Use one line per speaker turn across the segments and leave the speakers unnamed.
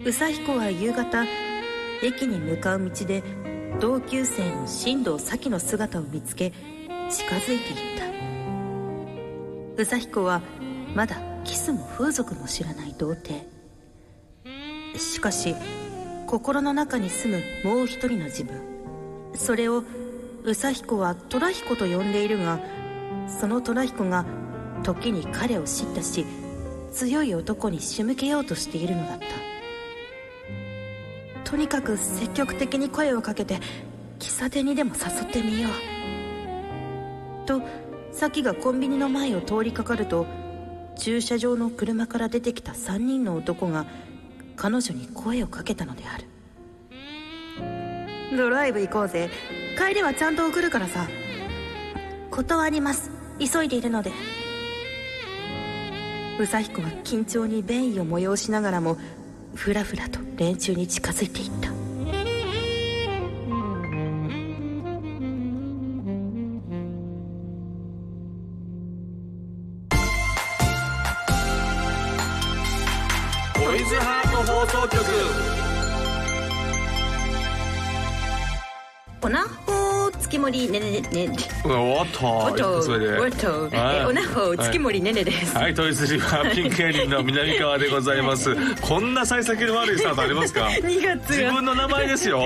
宇佐彦は夕方駅に向かう道で同級生の進藤咲の姿を見つけ近づいていった宇佐彦はまだキスも風俗も知らない童貞しかし心の中に住むもう一人の自分それを宇佐彦は虎彦と呼んでいるがその虎彦が時に彼を叱咤し強い男に仕向けようとしているのだったとにかく積極的に声をかけて喫茶店にでも誘ってみようと咲がコンビニの前を通りかかると駐車場の車から出てきた3人の男が彼女に声をかけたのであるドライブ行こうぜ帰りはちゃんと送るからさ断ります急いでいるので宇佐彦は緊張に便意を催しながらもふらふらと連中に近づいていった
トイズハート放送局
おなほ月森ねねねね
おっと
おっとおっ
それで
と
はい
えおなほ月森ねねです
はい、トイズリはピンクエリンの南川でござい ます。こんな幸先の悪いスタートありますか
2月
自
が
分の名前ですよ。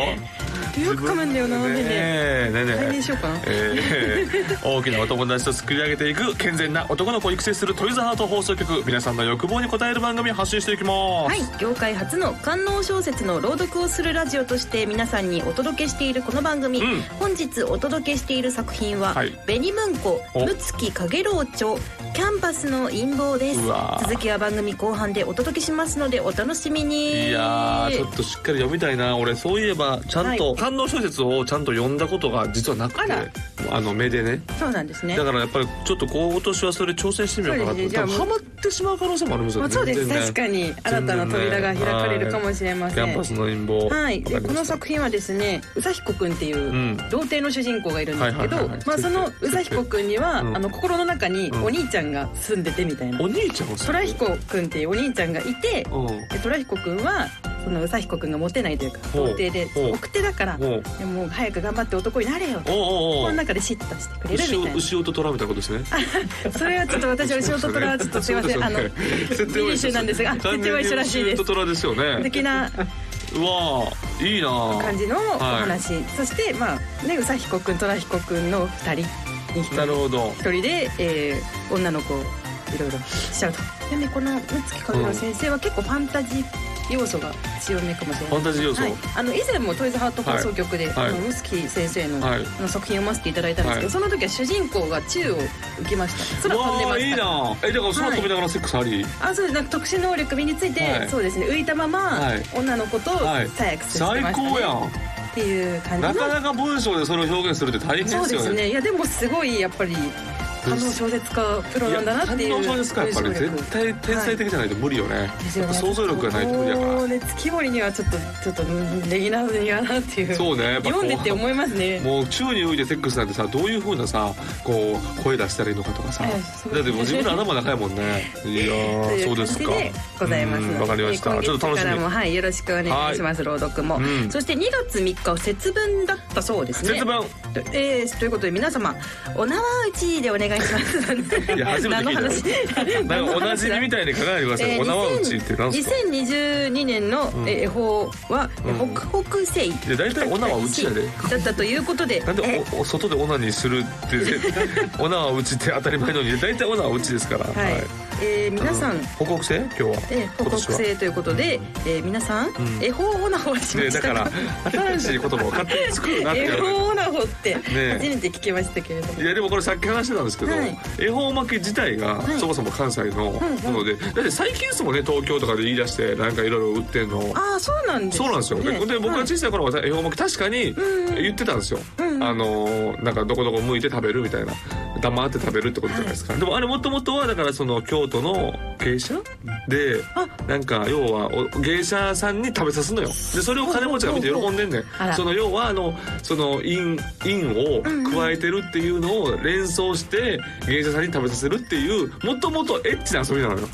よく噛むんだよなね
ね
ね
えねえね
来
え
年しようかな
えー大きなお友達と作り上げていく健全な男の子を育成するトイズハート放送局皆さんの欲望に応える番組を発信していきます、
はい業界初の官能小説の朗読をするラジオとして皆さんにお届けしているこの番組、
うん
本日お届けしている作品は
はい
「紅文庫
お
むつきかげろう町キャンパスの陰謀」です
うわー
続きは番組後半でお届けしますのでお楽しみに
いやーちょっとしっかり読みたいな俺そういえばちゃんと、
は
感動小説をちゃんと読んだことが実はなくて
あら
あの目でね
そうなんですね
だからやっぱりちょっと今年はそれ挑戦してみようかなと
そうですね
多分
じゃ
ハ
あ
マってしまう可能性もありますよ
まあ、
ね
そうです
全然ね
確かに新たな扉が開かれるかもしれま
キ
せ
ャン
ん
パスの陰謀
はい、で
わかりま
この
した
作品はですね宇佐彦くんってい
うん
う童貞の主人公がいるんですけ
はい
ど
はいはいはい
まあその宇佐彦くんには、
うん
あの心の中に
うん
お兄ちゃんが住んでてみたいな
お兄ちゃんを
虎彦くんっていうお兄ちゃんがいて
うん
で虎彦くんはその宇佐彦くんがモテないというか
ほう
童貞で
ほう
奥手だから
おう
でももう早く頑張って男になれよ
おうおうお
こ
う
の中で叱咤してくれる
牛
みた
を
い
牛をと虎みたいなことですね
なそれはちょっと私は後ろと虎はちょっとすいませ んあの
設定は一緒
なんですが設定は一緒らしい
完全に牛
です
と虎ですよね
的な
うわーいいなー
感じのお話、そしてまあね宇佐彦くん虎彦くんの二人に一
な
人
るほど
一人で、えー女の子をいろいろしちゃうとでねこの六月かぐろ先生は結構ファンタジー要素が強めかもしれ
ファ
な
ン
い
タジー要素
はい、あの以前もトイズハート放送局で、
はい
あのムスキ先生の,、
はい
の作品を読ませていただいたんですけど、
はい
その時は主人公が宙を浮きました空飛んで
わ
ま
ーいい
した
なーえだから空飛びながらセックスあり
あそうですなんか特殊能力身について、
はい
そうですね浮いたまま、
はい
女の子と
はい
サイクスしてました、ね
最高やん
っていう感じの
なかなか文章でそれを表現するって大変
そ
で
う
す
で
よ
す
ね
ね。いやでもすごいやっぱりあの小説家プロ
い
な
や
んだなっていう。
感動ですかやっぱり
文章力
絶対天才的じゃないと無理よね
です
や
よ
っ
ね
ぱ想像力がないと無理だから
もうね月森にはちょっとちょっとうんできなにはなっていう。
そうねやっぱこう
読んでって思いますね。
もう宙に浮いてセックスなんてさどういう風なさこう声出したらいいのかとかさ
ええそう
だってもう自分の頭高いもんねいや
と
ー
い
そううで
感
す
じ
か
でございますの
う
で
んわかりました
えー
ちょっと楽し
今月からも
み
はいよろしくお願いします朗読も
うん
そして2月3日は節分だったそうですね
節分
とえーということで皆様お縄打ちでお願いします
いや初めて聞いたよなんかおなじみみたいに書かないでください、
えー
お縄打ちってなんすか
2022年の
ん
えー恵方はえ
うん
ー北北西
いや大体お縄打ちやで
だったということで
なんでおお外でオナニーするって絶対 オナは打ちって当たり前のに大体オナは打ちですから
はいえー皆さん
う報告制今日は
えー
今
北
年は
北西ということでえー皆さん
ん
恵方オナホはしま
ね
し
だ
た
から新しい言葉を勝手に作るなって
恵
いう
方オナホって初
え
めて聞きましたけれども
いやでもこれさっき話してたんですけど、
はい
恵方巻き自体が
い
そもそも関西のもので、だって最近ですもんね東京とかで言い出してなんかいろいろ売ってんの
ああそうなんです
そうなんですよ、
ね
でで僕が
はい
小さい頃は恵方巻き確かに言ってたんですよ、あのーなんかどこどこ向いて食べるみたいな黙って食べるってことじゃないですか、でもあれもともとはだからその京都の芸者でなんか要はお芸者さんに食べさすのよでそれを金持ちが見て喜んでんねん
あら
その要はあのその陰陰を加えてるっていうのを連想して芸者さんに食べさせるっていうもともとエッチな遊びなのよ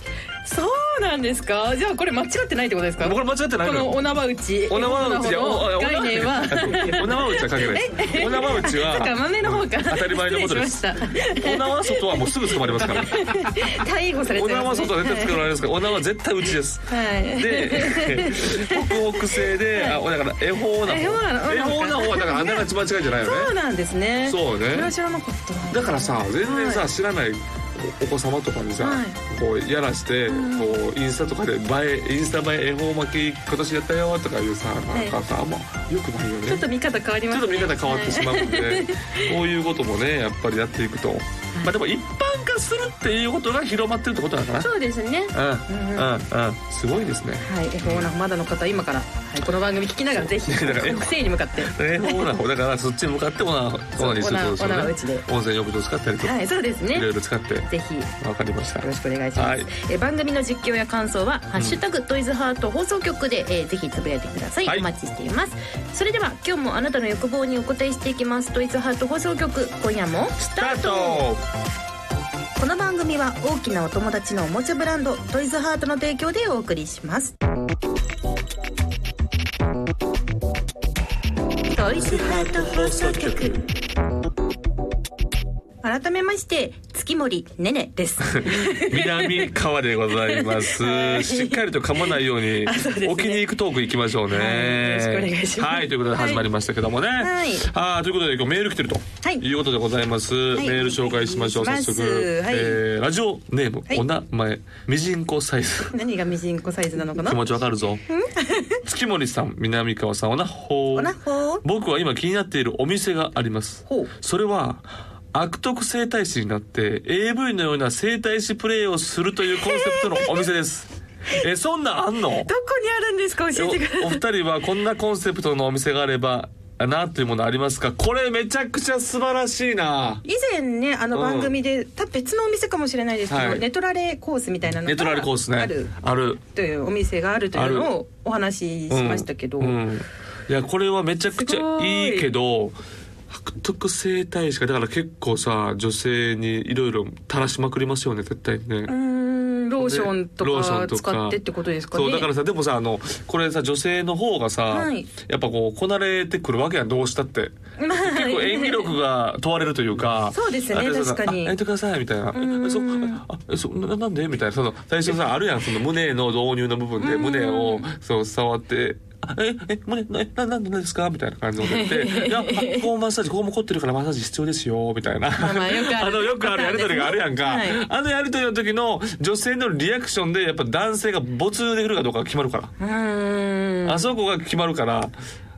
そうそうなんですかじゃあこれ間違ってないってことですか
僕
こ
ら間違ってないの
の
よ
お縄打ち
お縄
の
内やおお
概念は
お縄内はかけないですお縄内
そっか
は
豆の方か
当たり前のことです
失礼しまし
お縄外はもうすぐ捕まりますから
た逮捕され
お
ちゃい
縄
ますね
外は絶対捕まれますからお縄は絶対内です
はい
で北北西であおだから恵方な方
恵方な方
恵方な方はだからあながち間違いじゃないよね
そうなんですね
そうね
それは知らなかったな
だからさ全然さ、
は
知らないおお子様とかにさ、
はい
こうやらして、こうインスタとかで映えインスタ映え恵方巻き今年やったよとかいうさなんかさ、あんまよくないよね
ちょっと見方変わりま
ちょっ
す
と
ね
見方変わってしまうんで、 こういうこともねやっぱりやっていくと、まあでも一般化するっていうことが広まってるってことなのかな
そうですね
うんうんうんすごいですね
はい、f オーナーまだの方は今から、はい、この番組聞きながら ぜひ
だから
北西に向かって
恵方な方だからそっちに向かってオナオナにするってことですよ
オナオナう
ね
ちで
温泉浴場使ったりとか、
はいそうで
い
すね
ろいろ使って
ぜひよ
わかりました
ろしくお願いします、
はい
え番組の実況や感想は「ハッシュタグトイズハート放送局で」えーぜひつぶやいてください、
はい
お待ちしていますそれでは今日もあなたの欲望にお答えしていきますトイズハート放送局今夜も
スタート
この番組は大きなお友達のおもちゃブランドトイズハートの提供でお送りします
トイズハート放送局
改めまして月森ねねです
南川でございます、しっかりと噛まないように置きに行くトーク行きましょうね、
はいよろしくお願いします
はいということで始まりましたけどもね、
はい
あーということで今日メール来てると、
はい
いうことでございます、
い
メール紹介しましょう
お願い
早
します
速、
はい
えーラジオネーム、
い
お名前ミジンコサイ ズ
何がミジンコサイズなのかな
気持ちわかるぞ月森さん南川さんおなほー
おなほー
僕は今気になっているお店があります
ほう
それは悪徳整体師になって AV のような整体師プレイをするというコンセプトのお店です えそんなんあんの
どこにあるんですか教えてください
おお二人はこんなコンセプトのお店があればなというものありますかこれめちゃくちゃ素晴らしいな
以前ねあの番組で、た別のお店かもしれないですけど、
はい
ネトラレコースみたいなのが
ネトラルコースね
ある
ある
というお店があるというの
あ
をお話ししましたけど、
うんうんいやこれはめちゃくちゃいいけど白徳整体師がだから結構さ女性にいろいろ垂らしまくりますよね絶対にね、
うーんローションと
ローショ
か
ンとか
使ってってことですかね
そうだからさでもさあのこれさ女性の方がさ、
はい
やっぱこうこなれてくるわけやんどうしたって結構演技力が問われるというか
そうですね
あで
確かに
あやめてくださいみたいなえそあえそななんでみたいなその最初さあるやんその胸の導入の部分で胸をそう触って。あええ胸えななんでですかみたいな感じので って「いやあこうマッサージここも凝ってるからマッサージ必要ですよ」みたいな
あまあよくある
のよくあるやり取りがあるやんか、
はい
あのやりとりの時の女性のリアクションでやっぱ男性が没できるかどうかが決まるから、
うーん
あそこが決まるから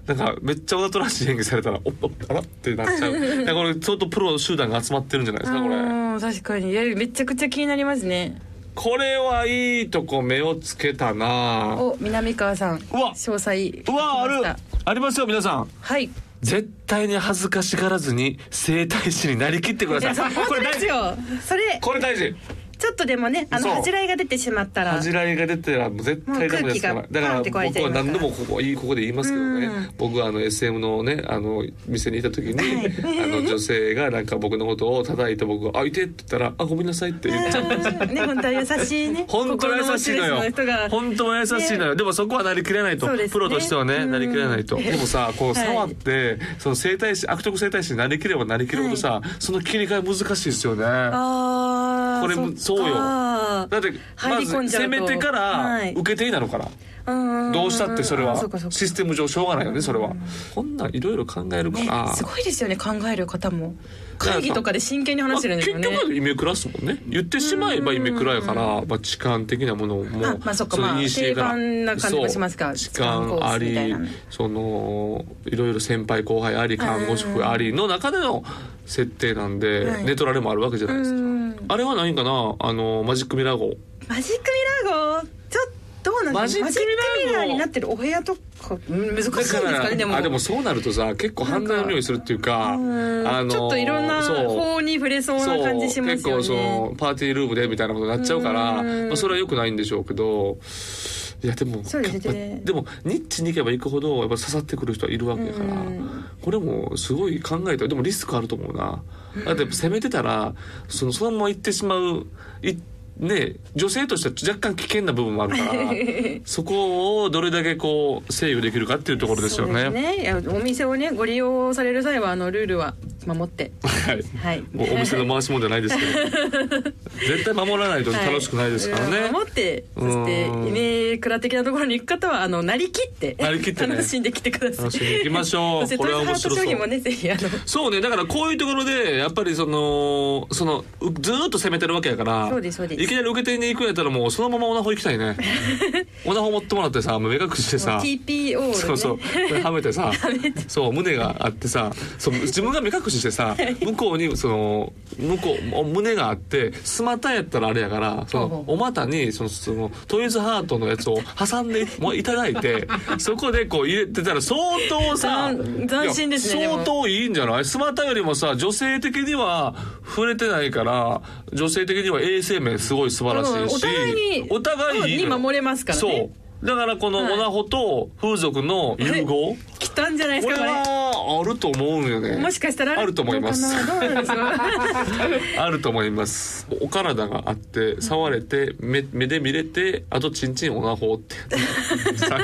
なんかめっちゃおだとらしい演技されたらおっおっあらってなっちゃ ういやこれ相当プロ集団が集まってるんじゃないですかこれ
うん確かにいやめちゃくちゃ気になりますね
これはいいとこ目をつけたな
お南川さん
うわ
詳細聞き
う
ま
わあ
し
る
た
ありますよ皆さん
はい
絶対に恥ずかしがらずに整体師になりきってくださいこれ大
です
事
よそれ
これ大事
ちょっとでもねあの
そう
恥じらいが出てしまったら
恥じらいが出てらもう絶対ダメですから
もう空気
だ
が
か
パン
ら
って壊れち
僕
ゃい
は
ますから
何度もここいいここで言いますけどね僕はあの SM のねあの店にいた時にあの女性がなんか僕のことを叩いて僕が「あいて」って言ったら「あごめんなさい」って言っちゃう。
ね本当は優しい ね
本当は優しいのよ
心持ち主人が
本当は優しいのよ、でもそこはなりきれないと、
そうですね
プロとしてはねなりきれないとでもさこう触って、その整体師悪徳整体師になりきればなりきるほどさ、その切り替え難しいですよね
ああ
これもそうよ
よ
だってま
入り
ず
込んじゃう
攻
と
めてか
は
ら
い
受け手になるから、ど
ど
うしたってそれは
そうかそうか
システム上しょうがないよねそれはこんなんいろいろ考えるから、
ねすごいですよね考える方も会議とかで真剣に
まあ
話してるんです
結
よね
局はイメクラっすもんね言ってしまえばイメクラやから、まあ、痴漢的なものも
あまあそっか
の
まあ
いい姿勢から
定番な感じがしますか
そう痴漢あ
痴漢コースみたい
り
なね
そのいろいろ先輩後輩あり看護師服ありの中での設定なんで、
はい
寝取られもあるわけじゃないですか、
うん
あれは何かなあのマジックミラー号
マジックミラー号ちょっとどうなんですか
マ
マ
ジ
ジ
ッ
ッ
ク
ク
ミラー号
ミラーになってるお部屋とかうん難しいですかねでも
あでもそうなるとさ結構判断の匂いするっていうか
うん
あの
ちょっといろんな
そう
方に触れそうな感じします
そう結
よね
構そのパーティールームでみたいなことになっちゃうから
うん
まあ、それは良くないんでしょうけどいやでも
そうですね
やっぱでもニッチに行けば行くほどやっぱ刺さってくる人はいるわけだから
うん
これもすごい考えたらでもリスクあると思うなだってやっぱ攻めてたらそのそのまま行ってしまう行っね女性としては若干危険な部分もあるから そこをどれだけこう制御できるかっていうところですよ
そう
ね。
いやお店をねご利用される際はあのルールは守って
はい
はい
もうお店の回しもんじゃないですけど 絶対守らないと楽しくないですからね。
はい守ってそしてイ
うん
メクラ的なところに行く方はあのなりきって
なりきってね
楽しんできてください
楽しんでいきましょう
そして
こ
トイ
れは
ズハ
面
ー
白そ
ト
う
商品もねぜひあの
そうねだからこういうところでやっぱりそのそのうずーっと攻めてるわけやから
そうですそうです
いきなり受け手に行くんやったらもうそのままオナホ行きたい ねオナホ持ってもらってさもう目隠してさ
TPO をね
そうそうこれはめてさそう胸があってさそう自分が目隠ししてさ向こうにその向こうお胸があってスマタやったらあれやからそ
ほ
の
うほ
お股にそのそのトイズハートのやつを挟んでもういただい てそこでこう入れてたら相当さ
斬斬新ですね
いや
でも
相当いいんじゃないスマタよりもさ女性的には触れてないから女性的には衛生面すごい素晴らしいし
お互いに
お互いいいのよ
に守れますからね
そうだからこの
はい
オナホと風俗の融合
来たんじゃないです
これ
かこれ
はあると思うんよね
もしかしたら
あると思います
どうかな どうなんでしょう
あると思いますお体があって触れて目目で見れてあとチンチンオナホって さ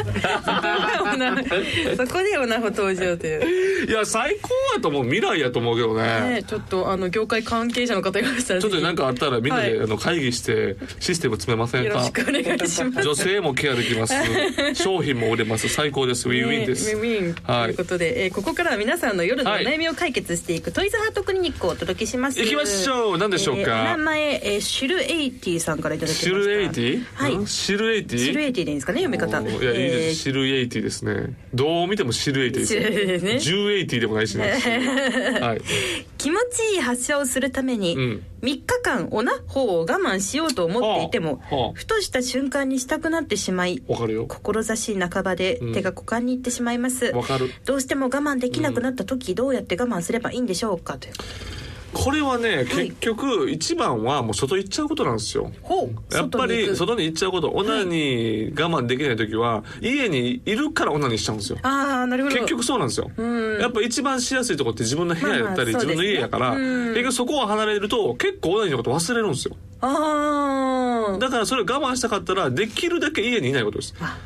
そこでオナホ登場という、
いや最高やと思う未来やと思うけど
ね、ちょっとあの業界関係者の方がいらしたら
ちょっとなんかあったらみんなで、
はい
あの会議してシステム詰めませ
ぜひ
ん
よ
か
ろしくお願いします
女性もケアできます商品も売れます最高ですウィンウィンです、
ねウィンウィン
はい
ということで、えーここからは皆さんの夜のお
はい
悩みを解決していく、トイズハートクリニックをお届けします
行きましょう何でしょう
えーお
か、
名前、えーシュルエイティさんからいただきました
シルエイティ、
はい
んシルエイティ
シルエイティでいいんですかね読み方
おーいやいいです、シルエイティですねどう見てもシルエイティです
えーシルエイティですね
10エイティでもないしね はい
気持ちいい発射をするために、
う
3
ん
日間オナホを我慢しようと思っていても、
はあはあ
ふとした瞬間にしたくなってしまい
わかるよ
志半ばで
ん
手が股間に行ってしまいます、
わかる
どうしても我慢できなくなった時、どうやって我慢すればいいんでしょうかという
これはね結局一番はもう外行っちゃうことなんですよ
ほ
やっぱり外に行っちゃうことオナに我慢できない時は家にいるからオナにしちゃうんですよ
ああなるほど
結局そうなんですよ、
うん
やっぱ一番しやすいとこって自分の部屋やったり、
まあまあ
自分の家やから、
そうですねうん
結局そこを離れると結構オナニーのこと忘れるんですよ
ああ
だからそれを我慢したかったらできるだけ家にいないことです
あ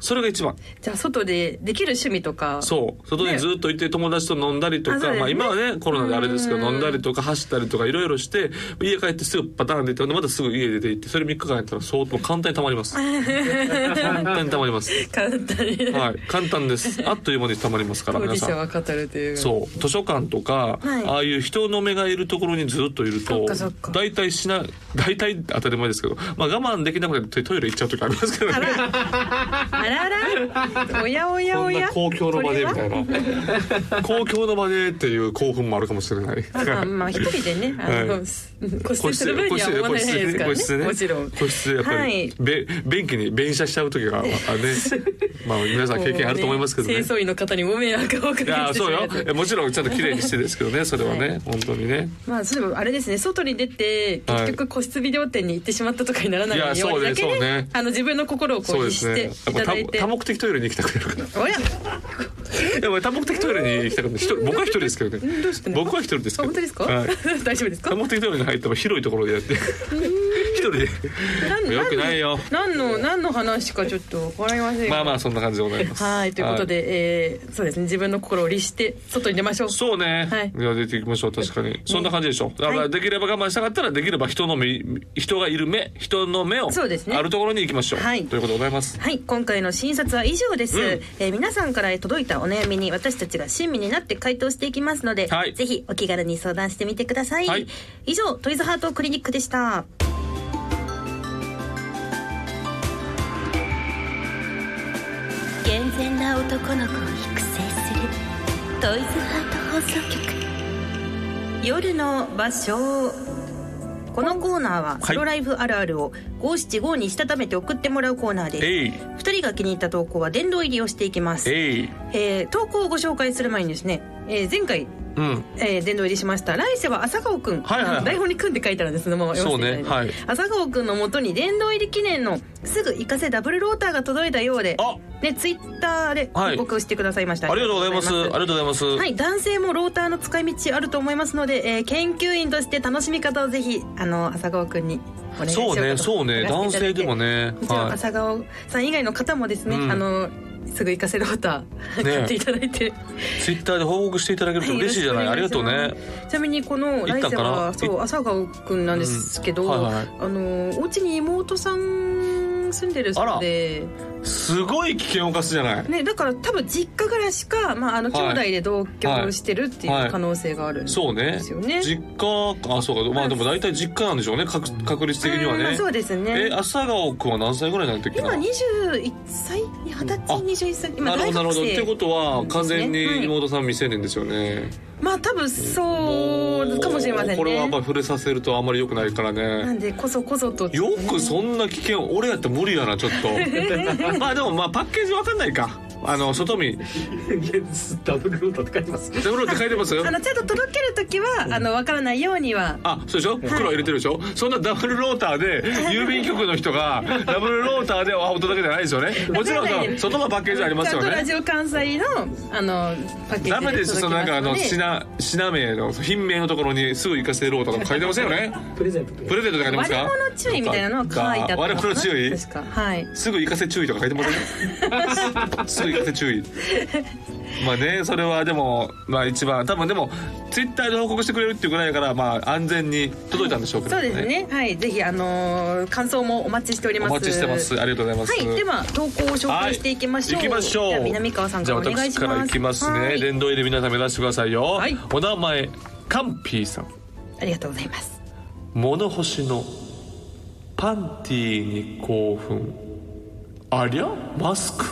それが一番
じゃあ外でできる趣味とか
そう外にずっといて友達と飲んだりと
あ
か、
そうですね
まあ、今はねコロナであれですけど飲んだりとか走ったりとかいろいろして家帰ってすぐパターン出てまたすぐ家出て行ってそれ3日間やったら相当簡単にたまります 簡単にたまります
簡単に
はい簡単ですあっという間にたまりますから
当
皆
事
さん
者は語るというう
そう図書館とか、
はい
ああいう人の目がいるところにずっといる
そ
と
っかそっか
大体しな大体当たり前ですけど、まあ、我慢できなくてトイレ行っちゃう時ありますけどね
あららおやおや
こ
お
んな
や
公共の場でみ
こ
た
れはい
な公共の場でっていう興奮もあるかもしれない。
まあまあ一人でねあの、
はい
固執 する分には思わないですからね
個室で
もちろん
個室でやっぱり、べ便器に便車しちゃう 時があねまあ皆さん経験あると思いますけどね
清掃員の方にご迷惑をおか
い
けしてしま
や
う
そうよえもちろんちゃんと綺麗にしてですけどねそれはね、
はい
本当にね
まあそういえばあれですね外に出て
はい
結局個室ビデオ店に行ってしまったとかにならないよう
い
に
やそうね
だけ
そうね
あの自分の心をこ
そう
う
で
律
す
し
ね
て
や
い
ったぱ
だいて
多多目的トイレに行きたくなるから
おや
いやまあ多目的トイレに行きたくなる人僕は一人ですけどね
どうしてんの
僕は一人ですけ
あ
ど
本当ですか、
はい
大丈夫ですか
多目的トイレに入っても広いところでやって 一人で
なん
よくないよ
何の何の話かちょっとわかりませんが
まあまあそんな感じでございます
はいということで、えーそうですね自分の心を律して外に出ましょう
そうね。
はい
いや出ていきましょう確かに。そんな感じでしょ。だからできれば我慢したかったらできれば人の目人がいる目人の目を
そうですね
あるところに行きましょう。
はい
ということでございます。
はい今回の診察は以上です、
うん
えー皆さんから届いたお悩みに私たちが親身になって回答していきますので、
はい
ぜひお気軽に相談してみてください、
はい
以上トイズハートクリニックでした
健全な男の子を育成するトイズハート放送局
夜の場所このコーナーは「ソロライフあるある」を五七五にしたためて送ってもらうコーナーです
えい
2人が気に入った投稿は殿堂入りをしていきます、
えい
えー投稿をご紹介する前にですね、えー前回、
うん
えー殿堂入りしました来世は朝顔くん、
はいはいはい
台本に「くん」って書いてあるんですそのまま
そ
読
う
ませて
ね
いただいて
はい。
朝顔くんのもとに殿堂入り記念のすぐ行かせダブルローターが届いたようで
あ
でツイッターで
はい
報告してくださいました、
ありがとうございますありがとうございます。
はい、男性もローターの使い道あると思いますので、えー研究員として楽しみ方をぜひあの朝顔くんに
お願いしよ
そううねそうね男性でも
ね
ね
もちろん
は
朝顔さん以外の方もですね、
うん
あのすぐ行かせるホタ
ね
買っていただいて、
いツイッターで報告していただけると嬉しいじゃない
は
あ
い
り
よろ
が
し
とう
くお願い
ね
しちなみにこのライ
行
ザ
った
は
かな
そう朝顔くんなんですけど、
はいはい
あのお家に妹さん住んでるそうです
ごい危険を犯すじゃない
ねだから多分実家からしかまああの
はい
兄弟で同居してるって
はいいう
可能性があるんです
そうね
よね。
実家あそうかまあでも大体実家なんでしょうね確確率的には
うんまあ
ね
そうですね
え。朝顔くんは何歳ぐらいになる時か
今
な
二十一歳、二十
あ
歳、二十一歳、今
なるほ
大
どなる
学
ほどって
生
こ。とは完全に妹さん未成年ですよね
まあ多分そうかもしれませんね。
これはやっぱり触れさせるとあんまり良くないから
な
ね
んでこそこそと
よくそんな危険を俺やって無理やなちょっ とまあでもまあパッケージわかんないかあの外見
ダブルルートって書いてます。
ダブルって書いてますよ
あのちゃんと届けるときはあのわからないようには
あそうでしょ袋入れてるでしょ、そんなダブルローターで郵便局の人がダブルローターでお届けじゃないですよねもちろんその外のパッケージありますよ
ちゃんとラ
ね
ジオ関西のあのパッケージ
ダメですそのなんかあの
届きま
品品名の品名のところにすぐ行かせるローターとか書いてませんよね
プレゼントとか
プレゼントとか書いてますす
ので
か
割れ物注意みたいなのは書いてあったのかな
割れ物注意
確かはい
すぐ行かせ注意とか書いてません すぐ行かせ注意まあねそれはでもまあ一番多分でもツイッターで報告してくれるっていうぐらいだからまあ安全に届いたんでしょうけど
そうですねはいぜひあのー感想もお待ちしており
お
ます
待ちしてますありがとうございます、
はいでは投稿を紹介していきましょう、
行きましょう
では南川さんからお願いします
じゃあ私からいきます
は
ね
い
殿堂入り皆さん目指してくださいよ、
はい
お名前カンピーさん
ありがとうございます
物干しのパンティーに興奮ありゃマス ク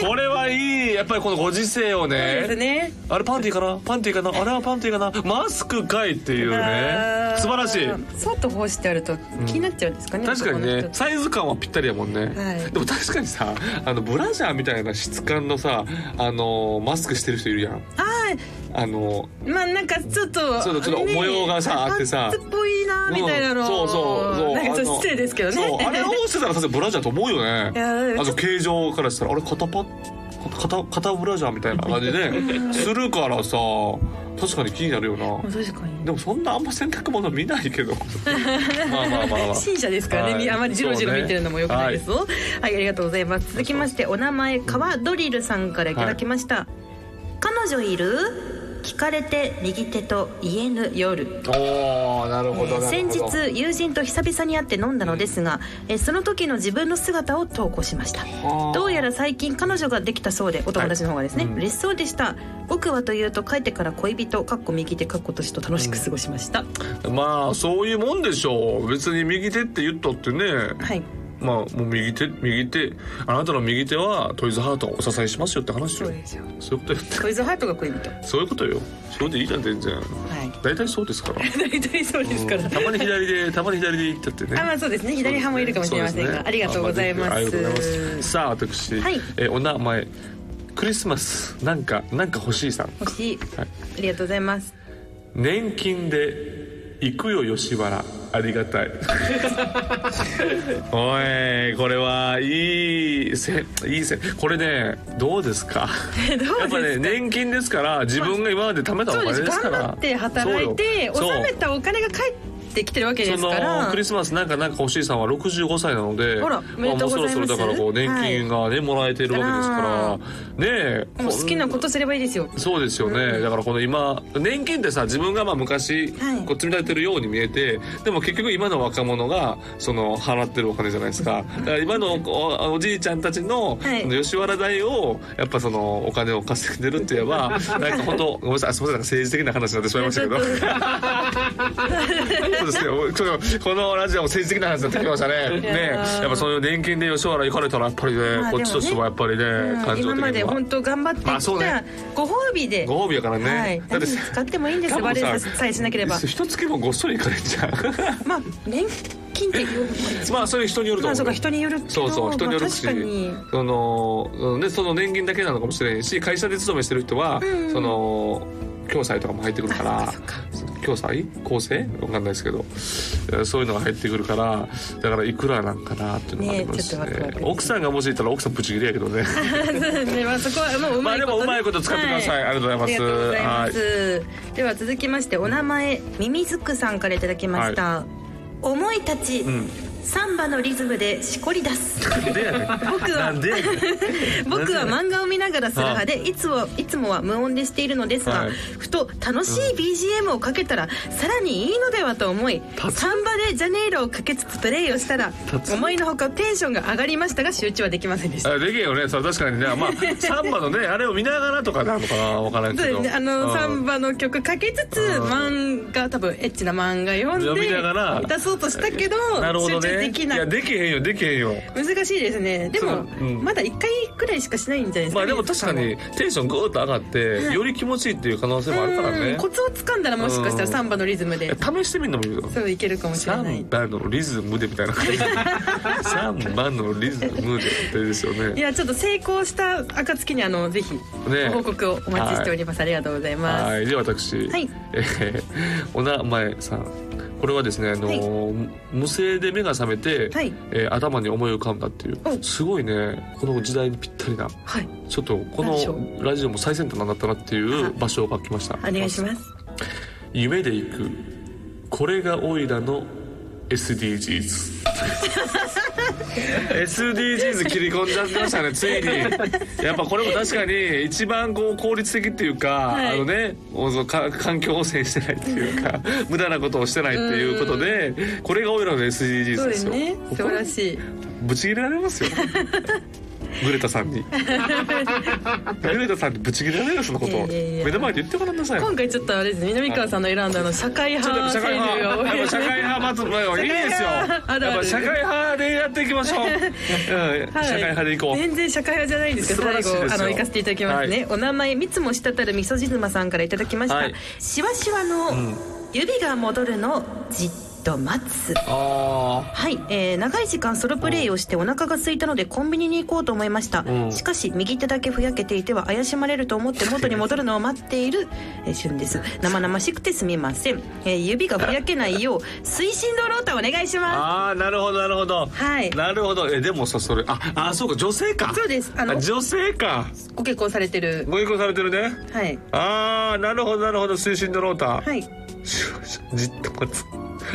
これはいいやっぱりこのご時世を
そうです
ね
ね
あれパンティーかなパンティーかなあれはパンティーかなマスクかいっていうね
あー
素晴らしい
そっと干してあると気になっちゃうんですかね、
確かに
男
ね
の人
サイズ感はぴったりやもんね、
はい
でも確かにさあのブラジャーみたいな質感のさあのマスクしてる人いるやん
あ
あの
あまあなんかちょっと
そうちょっと
あれね
模様がさあってさ
パンツっぽいなみたいなの、
うんそうそうそう
なんかちょ
あ
っと
の
失礼ですけどね
そうあれをしてたらさブラジャーと思うよね
いや
あの形状からしたらあれ肩パ肩肩ブラジャーみたいな感じ でするからさ確かに気になるよな
確かに
でもそんなあんま洗濯物見ない けどまあまあまあまあ
新車ですからね、
はい
みあまりジロジロ見てるのもよくないですよ、はい、ありがとうございます
続きましてお名前川ドリルさんからいただきました、彼女いる聞かれて右手と言えぬ夜
おーなるほどなるほど
先日友人と久々に会って飲んだのですが、えーその時の自分の姿を投稿しました
ー
どうやら最近彼女ができたそうでお友達の方がですね、
はいうん
嬉しそうでした僕はというと書いてから恋人かっこ右手かっこ年と楽しく過ごしました、
まあそういうもんでしょう別に右手って言ったってね
はい
まあもう右手右手あなたの右手はトイズハートをお支えしますよって話
そ
よ
うですよ
そういうことよ
トイズハートが恋人は
そういうことよそれでいいじゃん全然
い
大体そうですから
大体そうですから、
たまに左でたまに左で行っちゃってね
あまあそうですね左派もいるかもしれません
そう
が、
ですね
ありがとうございます,、
あありがとうございますさあ私、
はい
えお名前クリスマスなんかなんか欲しいさん
欲しい、
はい
ありがとうございます
年金で行くよ吉原ありがたいおいこれはいいせいいせこれねどうですかやっぱね年金ですから自分が今まで貯めたお
そうで
金
す
ですか
頑
ら
張って働いて
そうよ
納めたお金が返ってきてるわけ
そ
ですか
の
ら
クリスマスなんかなんか欲しいさんは65歳なので
あらおめでとうございます
あもうそろそろだからこう年金がね、もらえているわけですから
あ
ねえ
もう好きなことすればいいですよ
そうですよね、だからこの今年金ってさ自分がまあ昔
はい
こう積み立ててるように見えて、でも結局今の若者がその払ってるお金じゃないですかだから今のおおじいちゃんたちの
はい
吉原代をやっぱそのお金を稼いでるって言え ばなんか本当ごめんなさいすみませんなんか政治的な話になってしまいましたけど そうですねちょっとこのラジオも政治的な話になってきましたねねやっぱそういう年金で吉原行かれたらやっぱりね、
まあでもね
こっちとしてはやっぱりね感情的には
今まで本当頑張ってき
あそうね
たご褒美で、
ご褒美やからね、
はい、
だって
何に使ってもいいんです
多
よバ
分
レ
さ
さえしなければ
一月もごっそり行かれちゃ う
まあ年金って言う
まあそれ人によると思
まあ
う
そうか人によるけど
そうそう人によるし、
まあ確かに
そのうんねその年金だけなのかもしれんし会社で勤めしてる人は、その共済とかも入ってくるから共済構成わかんないですけどえーそういうのが入ってくるからだからいくらなんかなっていうのがありますしね
ねちょっとワクワクですね
奥さんがもしいたら奥さんブチギレやけどね
ねまあ、そこは もう う
ま
ま
あ
い
で
ことね、
もうまいこと使ってください、ありがとう
あ
ござ
り
い
が
ます
とうございます、
はい
では続きましてお名前
ミミズクさんからいただきました、
思い立ち、
ん
サンバのリズムでしこり出す
なんでやねん
僕は
なんでやねん
僕は漫画を見ながらする派でいつもいつもは無音でしているのですが、
はい
ふと楽しい BGM をかけたらさらにいいのではと思い
立つ
サンバでジャネイロをかけつつプレイをしたら
立つ
思いのほかテンションが上がりましたが集中はできませんでした
あできへんよねそれ確かにねまあサンバのねあれを見ながらとかなのかなわからんけ
そう
ど
ねあ
う
の
ん
サンバの曲かけつつ
ん
漫画多分エッチな漫画読ん
読みながら
で出そうとしたけど
なるほど
集中
ね
でき
い
な
や
い
できへんよできへんよ
難しいですねでも、
そううん
まだ1回くらいしかしないんじゃないですか、
まあでも確かにテンショングーッと上がってより気持ちいいっていう可能性もあるから
う
ね
んコツをつかんだらもしかし
う
たら
ん
サンバのリズムで
試してみるのもいいよ
そういけるかもしれ
サ
ない
ンバのリズムでみたいな サンバのリズムでってですよ
い
ね
やちょっと成功した暁にあのぜひ
ね
ご報告をお待ちしております、ありがとうございます
はいでは私、
はい
えー お名前さんこれはですね、あのー無声で目が覚めて、
はい
えー頭に思い浮かんだっていう
お
すごいねこの時代にぴったりな
はい
ちょっとこ
ラジオ
のラジオも最先端なんだったなっていう場所を書きました
お願いします
夢で行くこれがオイラの SDGs SDGs 切り込んじゃってましたねついにやっぱこれも確かに一番こう効率的っていうか、あ
い
のねもうそうか環境汚染してないっていう か無駄なことをしてないっていうことでこれがオイラの SDGs
そう
で
ですす
よ
ね素晴ら
い
しい
ぶち切れられ ますよグレタさんにグレタさんにぶち切れられるよそのことを
いやいやいや
目の前で言ってごらんなさい
今回ちょっとあれですね南川さんの選んだあの社会
ちょっと
派
社
川
会派、
が多い
やっ
で
ぱ
す
社
ね
会派まず、 まあ、いいですよ。
あるある
やっぱ社会派でやっていきまし ょう。うん社
はい
会派でいこう。
全然社会派じゃないんですけど
素晴ら
最
しいですよ
後あの行かせていただきますね、お名前三つも滴るみそじずまさんからいただきました、
はい
シワシワの
ん
指が戻るのをじっと待つ
あ
はい、えー長い時間ソロプレイをしてお腹が空いたのでコンビニに行こうと思いました、
うん
しかし右手だけふやけていては怪しまれると思 って元に戻るのを待っている、えー旬です生々しくてすみません、えー指がふやけないよう 推進道ローターお願いし
あ。
ま
ああ、なるほど、なるほど。
はい
なるほど、え、でもさ、それ、あ、あ、そうか、女性か。
そうですあの
あ女性か。
ご結婚されてる
ご意向されてるね。
はい
ああ、なるほど、なるほど、推進のローター。
はい
じっと待つ。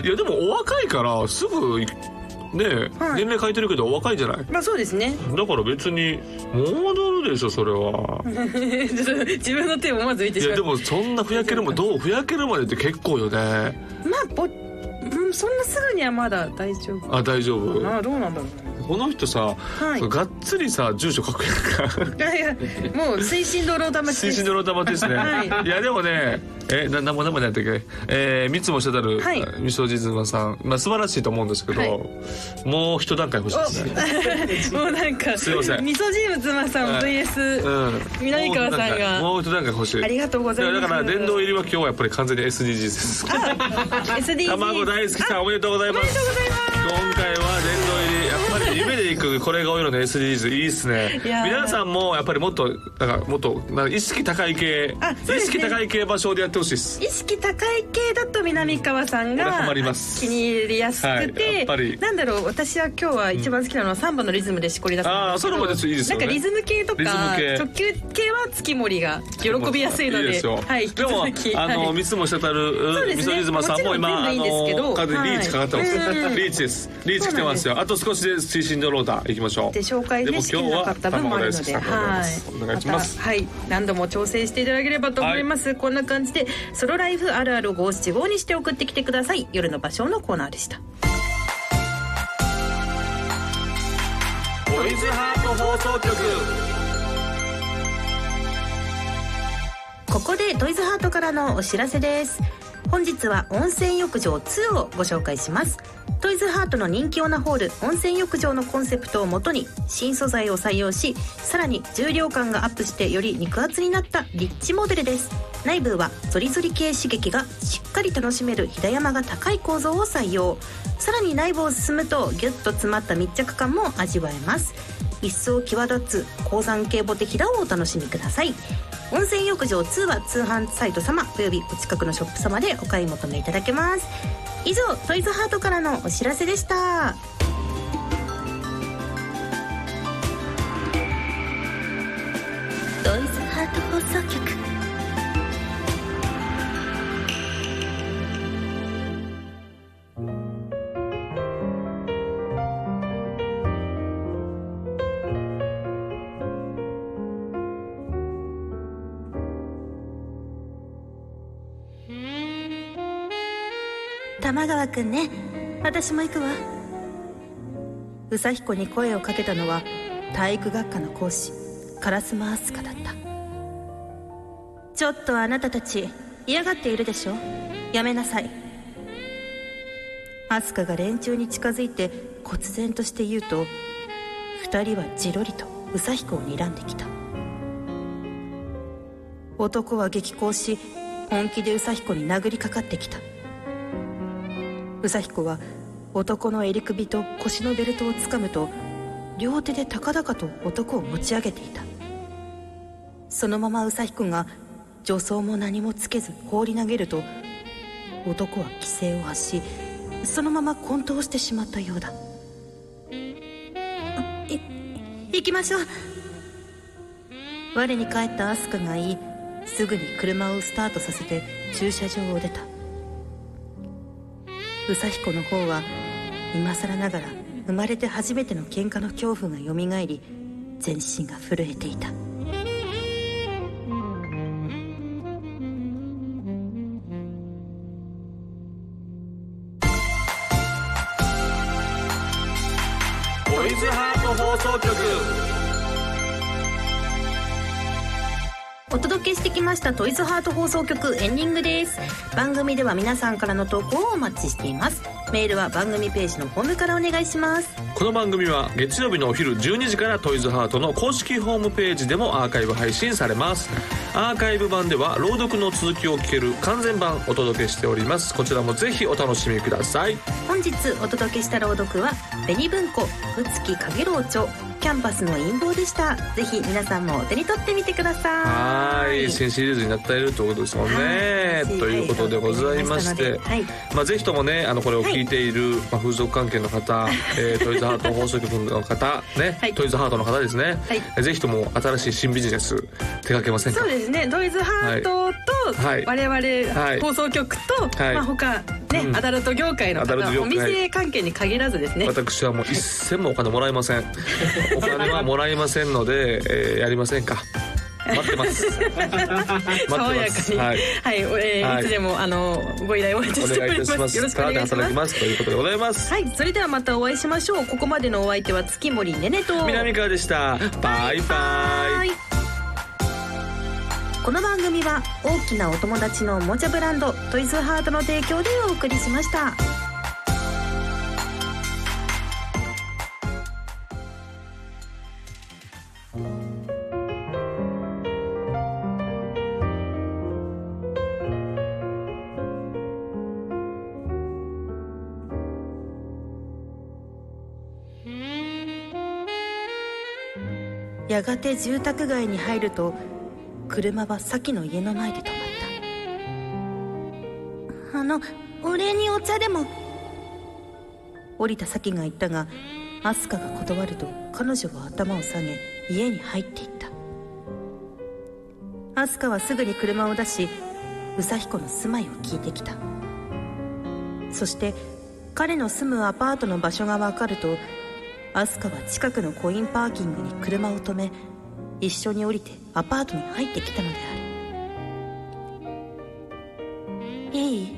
いや、でも、お若いから、すぐ。ね、え
は
年
い
齢書いてるけど、お若いじゃない。
まあそうですね
だから、別に。戻るでしょ、それは。
ちょっと自分の手を思わず浮いて
い
しま
やで
う
もそんなふやけるもどうふやけるまでって結構よね
まあぼ、うん、そんなすぐにはまだ大丈夫
あ大丈夫
ああどうなんだろ
この人さ、
い
がっつりさ住所書くやんか
ういやいやもう推進道路玉
推進のロタマですね、
はいい、
やでもねえな何も何もやったっけえー、三つもしてたる、
はい
みそじずまさん、まあ、素晴らしいと思うんですけど、
はい
もう一段階欲しいですね
もうなんか
すいません
みそじむつまさん
はい
VS、
うん
南川さんが
もう一段階もう一段階欲しい
ありがとうございます
やだから殿堂入りは今日はやっぱり完全に SDGs です
SDGs
卵大好きさんおめでとうございます今回は殿堂入りやっぱり夢でいくこれが多いのの SDGs いいっすね
いやー
皆さんもやっぱりもっとなんかもっとなんか意識高い系、
あそう
意
です
識
ね
高い系場所でやってほしいっす
意識高い系だと南川さん
これハ
が
マります
気に入りやすくて、
はいやっぱり
なんだろう私は今日は一番好きなのはサンバのリズムでしこり出す
あーそれも別にいいですよね
なんかリズム系とか
リズム系
直球系は月森が喜びやすいので
いいですよ、
はい引き
でも
続き
あの
はい
三つもしたた
そう
るみ
ですね
そりずまさんも今
もちろん全部いいんですけど
あの完全にリーチかかってます、
はい
リーチですリーチ来てますよあと少しで推進のローター行きましょう
で紹介
で
で
も
しき
今日
れなか
は
った分もあ
卵
る
大好き
ので
さんでございます、お願いします
またはい何度も調整していただければと思います、こんな感じでソロライフあるある五七五にして送ってきてください夜の場所のコーナーでした
ボイズハート放送局
ここでトイズハートからのお知らせです本日は温泉浴場2をご紹介しますトイズハートの人気オナホール温泉浴場のコンセプトをもとに新素材を採用しさらに重量感がアップしてより肉厚になったリッチモデルです内部はゾリゾリ系刺激がしっかり楽しめる平山が高い構造を採用さらに内部を進むとギュッと詰まった密着感も味わえます一層際立つ高山警母的だをお楽しみください温泉浴場2は通販サイト様およびお近くのショップ様でお買い求めいただけます以上トイズハートからのお知らせでしたトイズハート放送局玉川くんね私も行くわ宇佐彦に声をかけたのは体育学科の講師烏丸飛鳥だったちょっとあなたたち嫌がっているでしょやめなさい飛鳥が連中に近づいて忽然として言うと二人はじろりと宇佐彦を睨んできた男は激高し本気で宇佐彦に殴りかかってきた宇佐彦は男の襟首と腰のベルトをつかむと両手で高々と男を持ち上げていたそのまま宇佐彦が助走も何もつけず放り投げると男は規制を発しそのまま混沌してしまったようだあい行きましょう我に帰ったアスカが言いすぐに車をスタートさせて駐車場を出た宇佐彦の方は今更ながら生まれて初めての喧嘩の恐怖がよみがえり全身が震えていた
トイズハート放送局
お届けしてきましたトイズハート放送局エンディングです番組では皆さんからの投稿をお待ちしていますメールは番組ページのホームからお願いします
この番組は月曜日のお昼12時からトイズハートの公式ホームページでもアーカイブ配信されますアーカイブ版では朗読の続きを聞ける完全版お届けしておりますこちらもぜひお楽しみください
本日お届けした朗読は紅文庫宇月影郎著キャンパスの陰謀でしたぜひ皆さんもお手に取ってみてくださ
はいい新シリーズになっているということですもんね
はい
ということでございまして
はい
まあぜひともねあのこれを聞いている、まあ、風俗関係の方、えー、トイズハート放送局の方ね、
はい
トイズハートの方ですね、
はい
えーぜひとも新しい新ビジネス手掛けませんか
そうですねドイズハートと、
はい
我
はい
々放送局と、
はい
まあ、他ね、
うん
アダルト業界の
アダ
方
ルト業
お
界
店関係に限らずですね
私はもう一銭もお金もらえません、 お金はもらえませんので、えーやりませんか待ってます 待ってま
爽やか
す
に、
は
はい
い
えー
はい
い、つでもあのご依頼をお待ち
お
してお
願いい
り
た
ます
します
よろしくお願いし
で
ま
働
す
きますということでございます
はいそれではまたお会いしましょうここまでのお相手は月森ねねと
南川でしたバイバイ
この番組は大きなお友達のおもちゃブランドトイズハートの提供でお送りしました。
やがて住宅街に入ると車は先の家の前で止まったあのお礼にお茶でも降りた先が言ったがアスカが断ると彼女は頭を下げ家に入っていったアスカはすぐに車を出し宇佐彦の住まいを聞いてきたそして彼の住むアパートの場所が分かるとアスカは近くのコインパーキングに車を止め一緒に降りてアパートに入ってきたのであるいい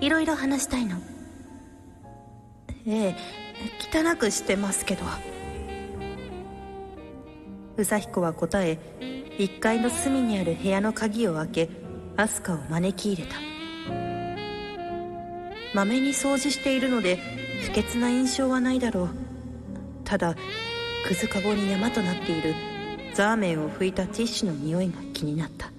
いろいろ話したいのええ汚くしてますけど宇佐彦は答え1階の隅にある部屋の鍵を開けアスカを招き入れたまめに掃除しているので不潔な印象はないだろうただくずかごに山となっているザーメンを拭いたティッシュの匂いが気になった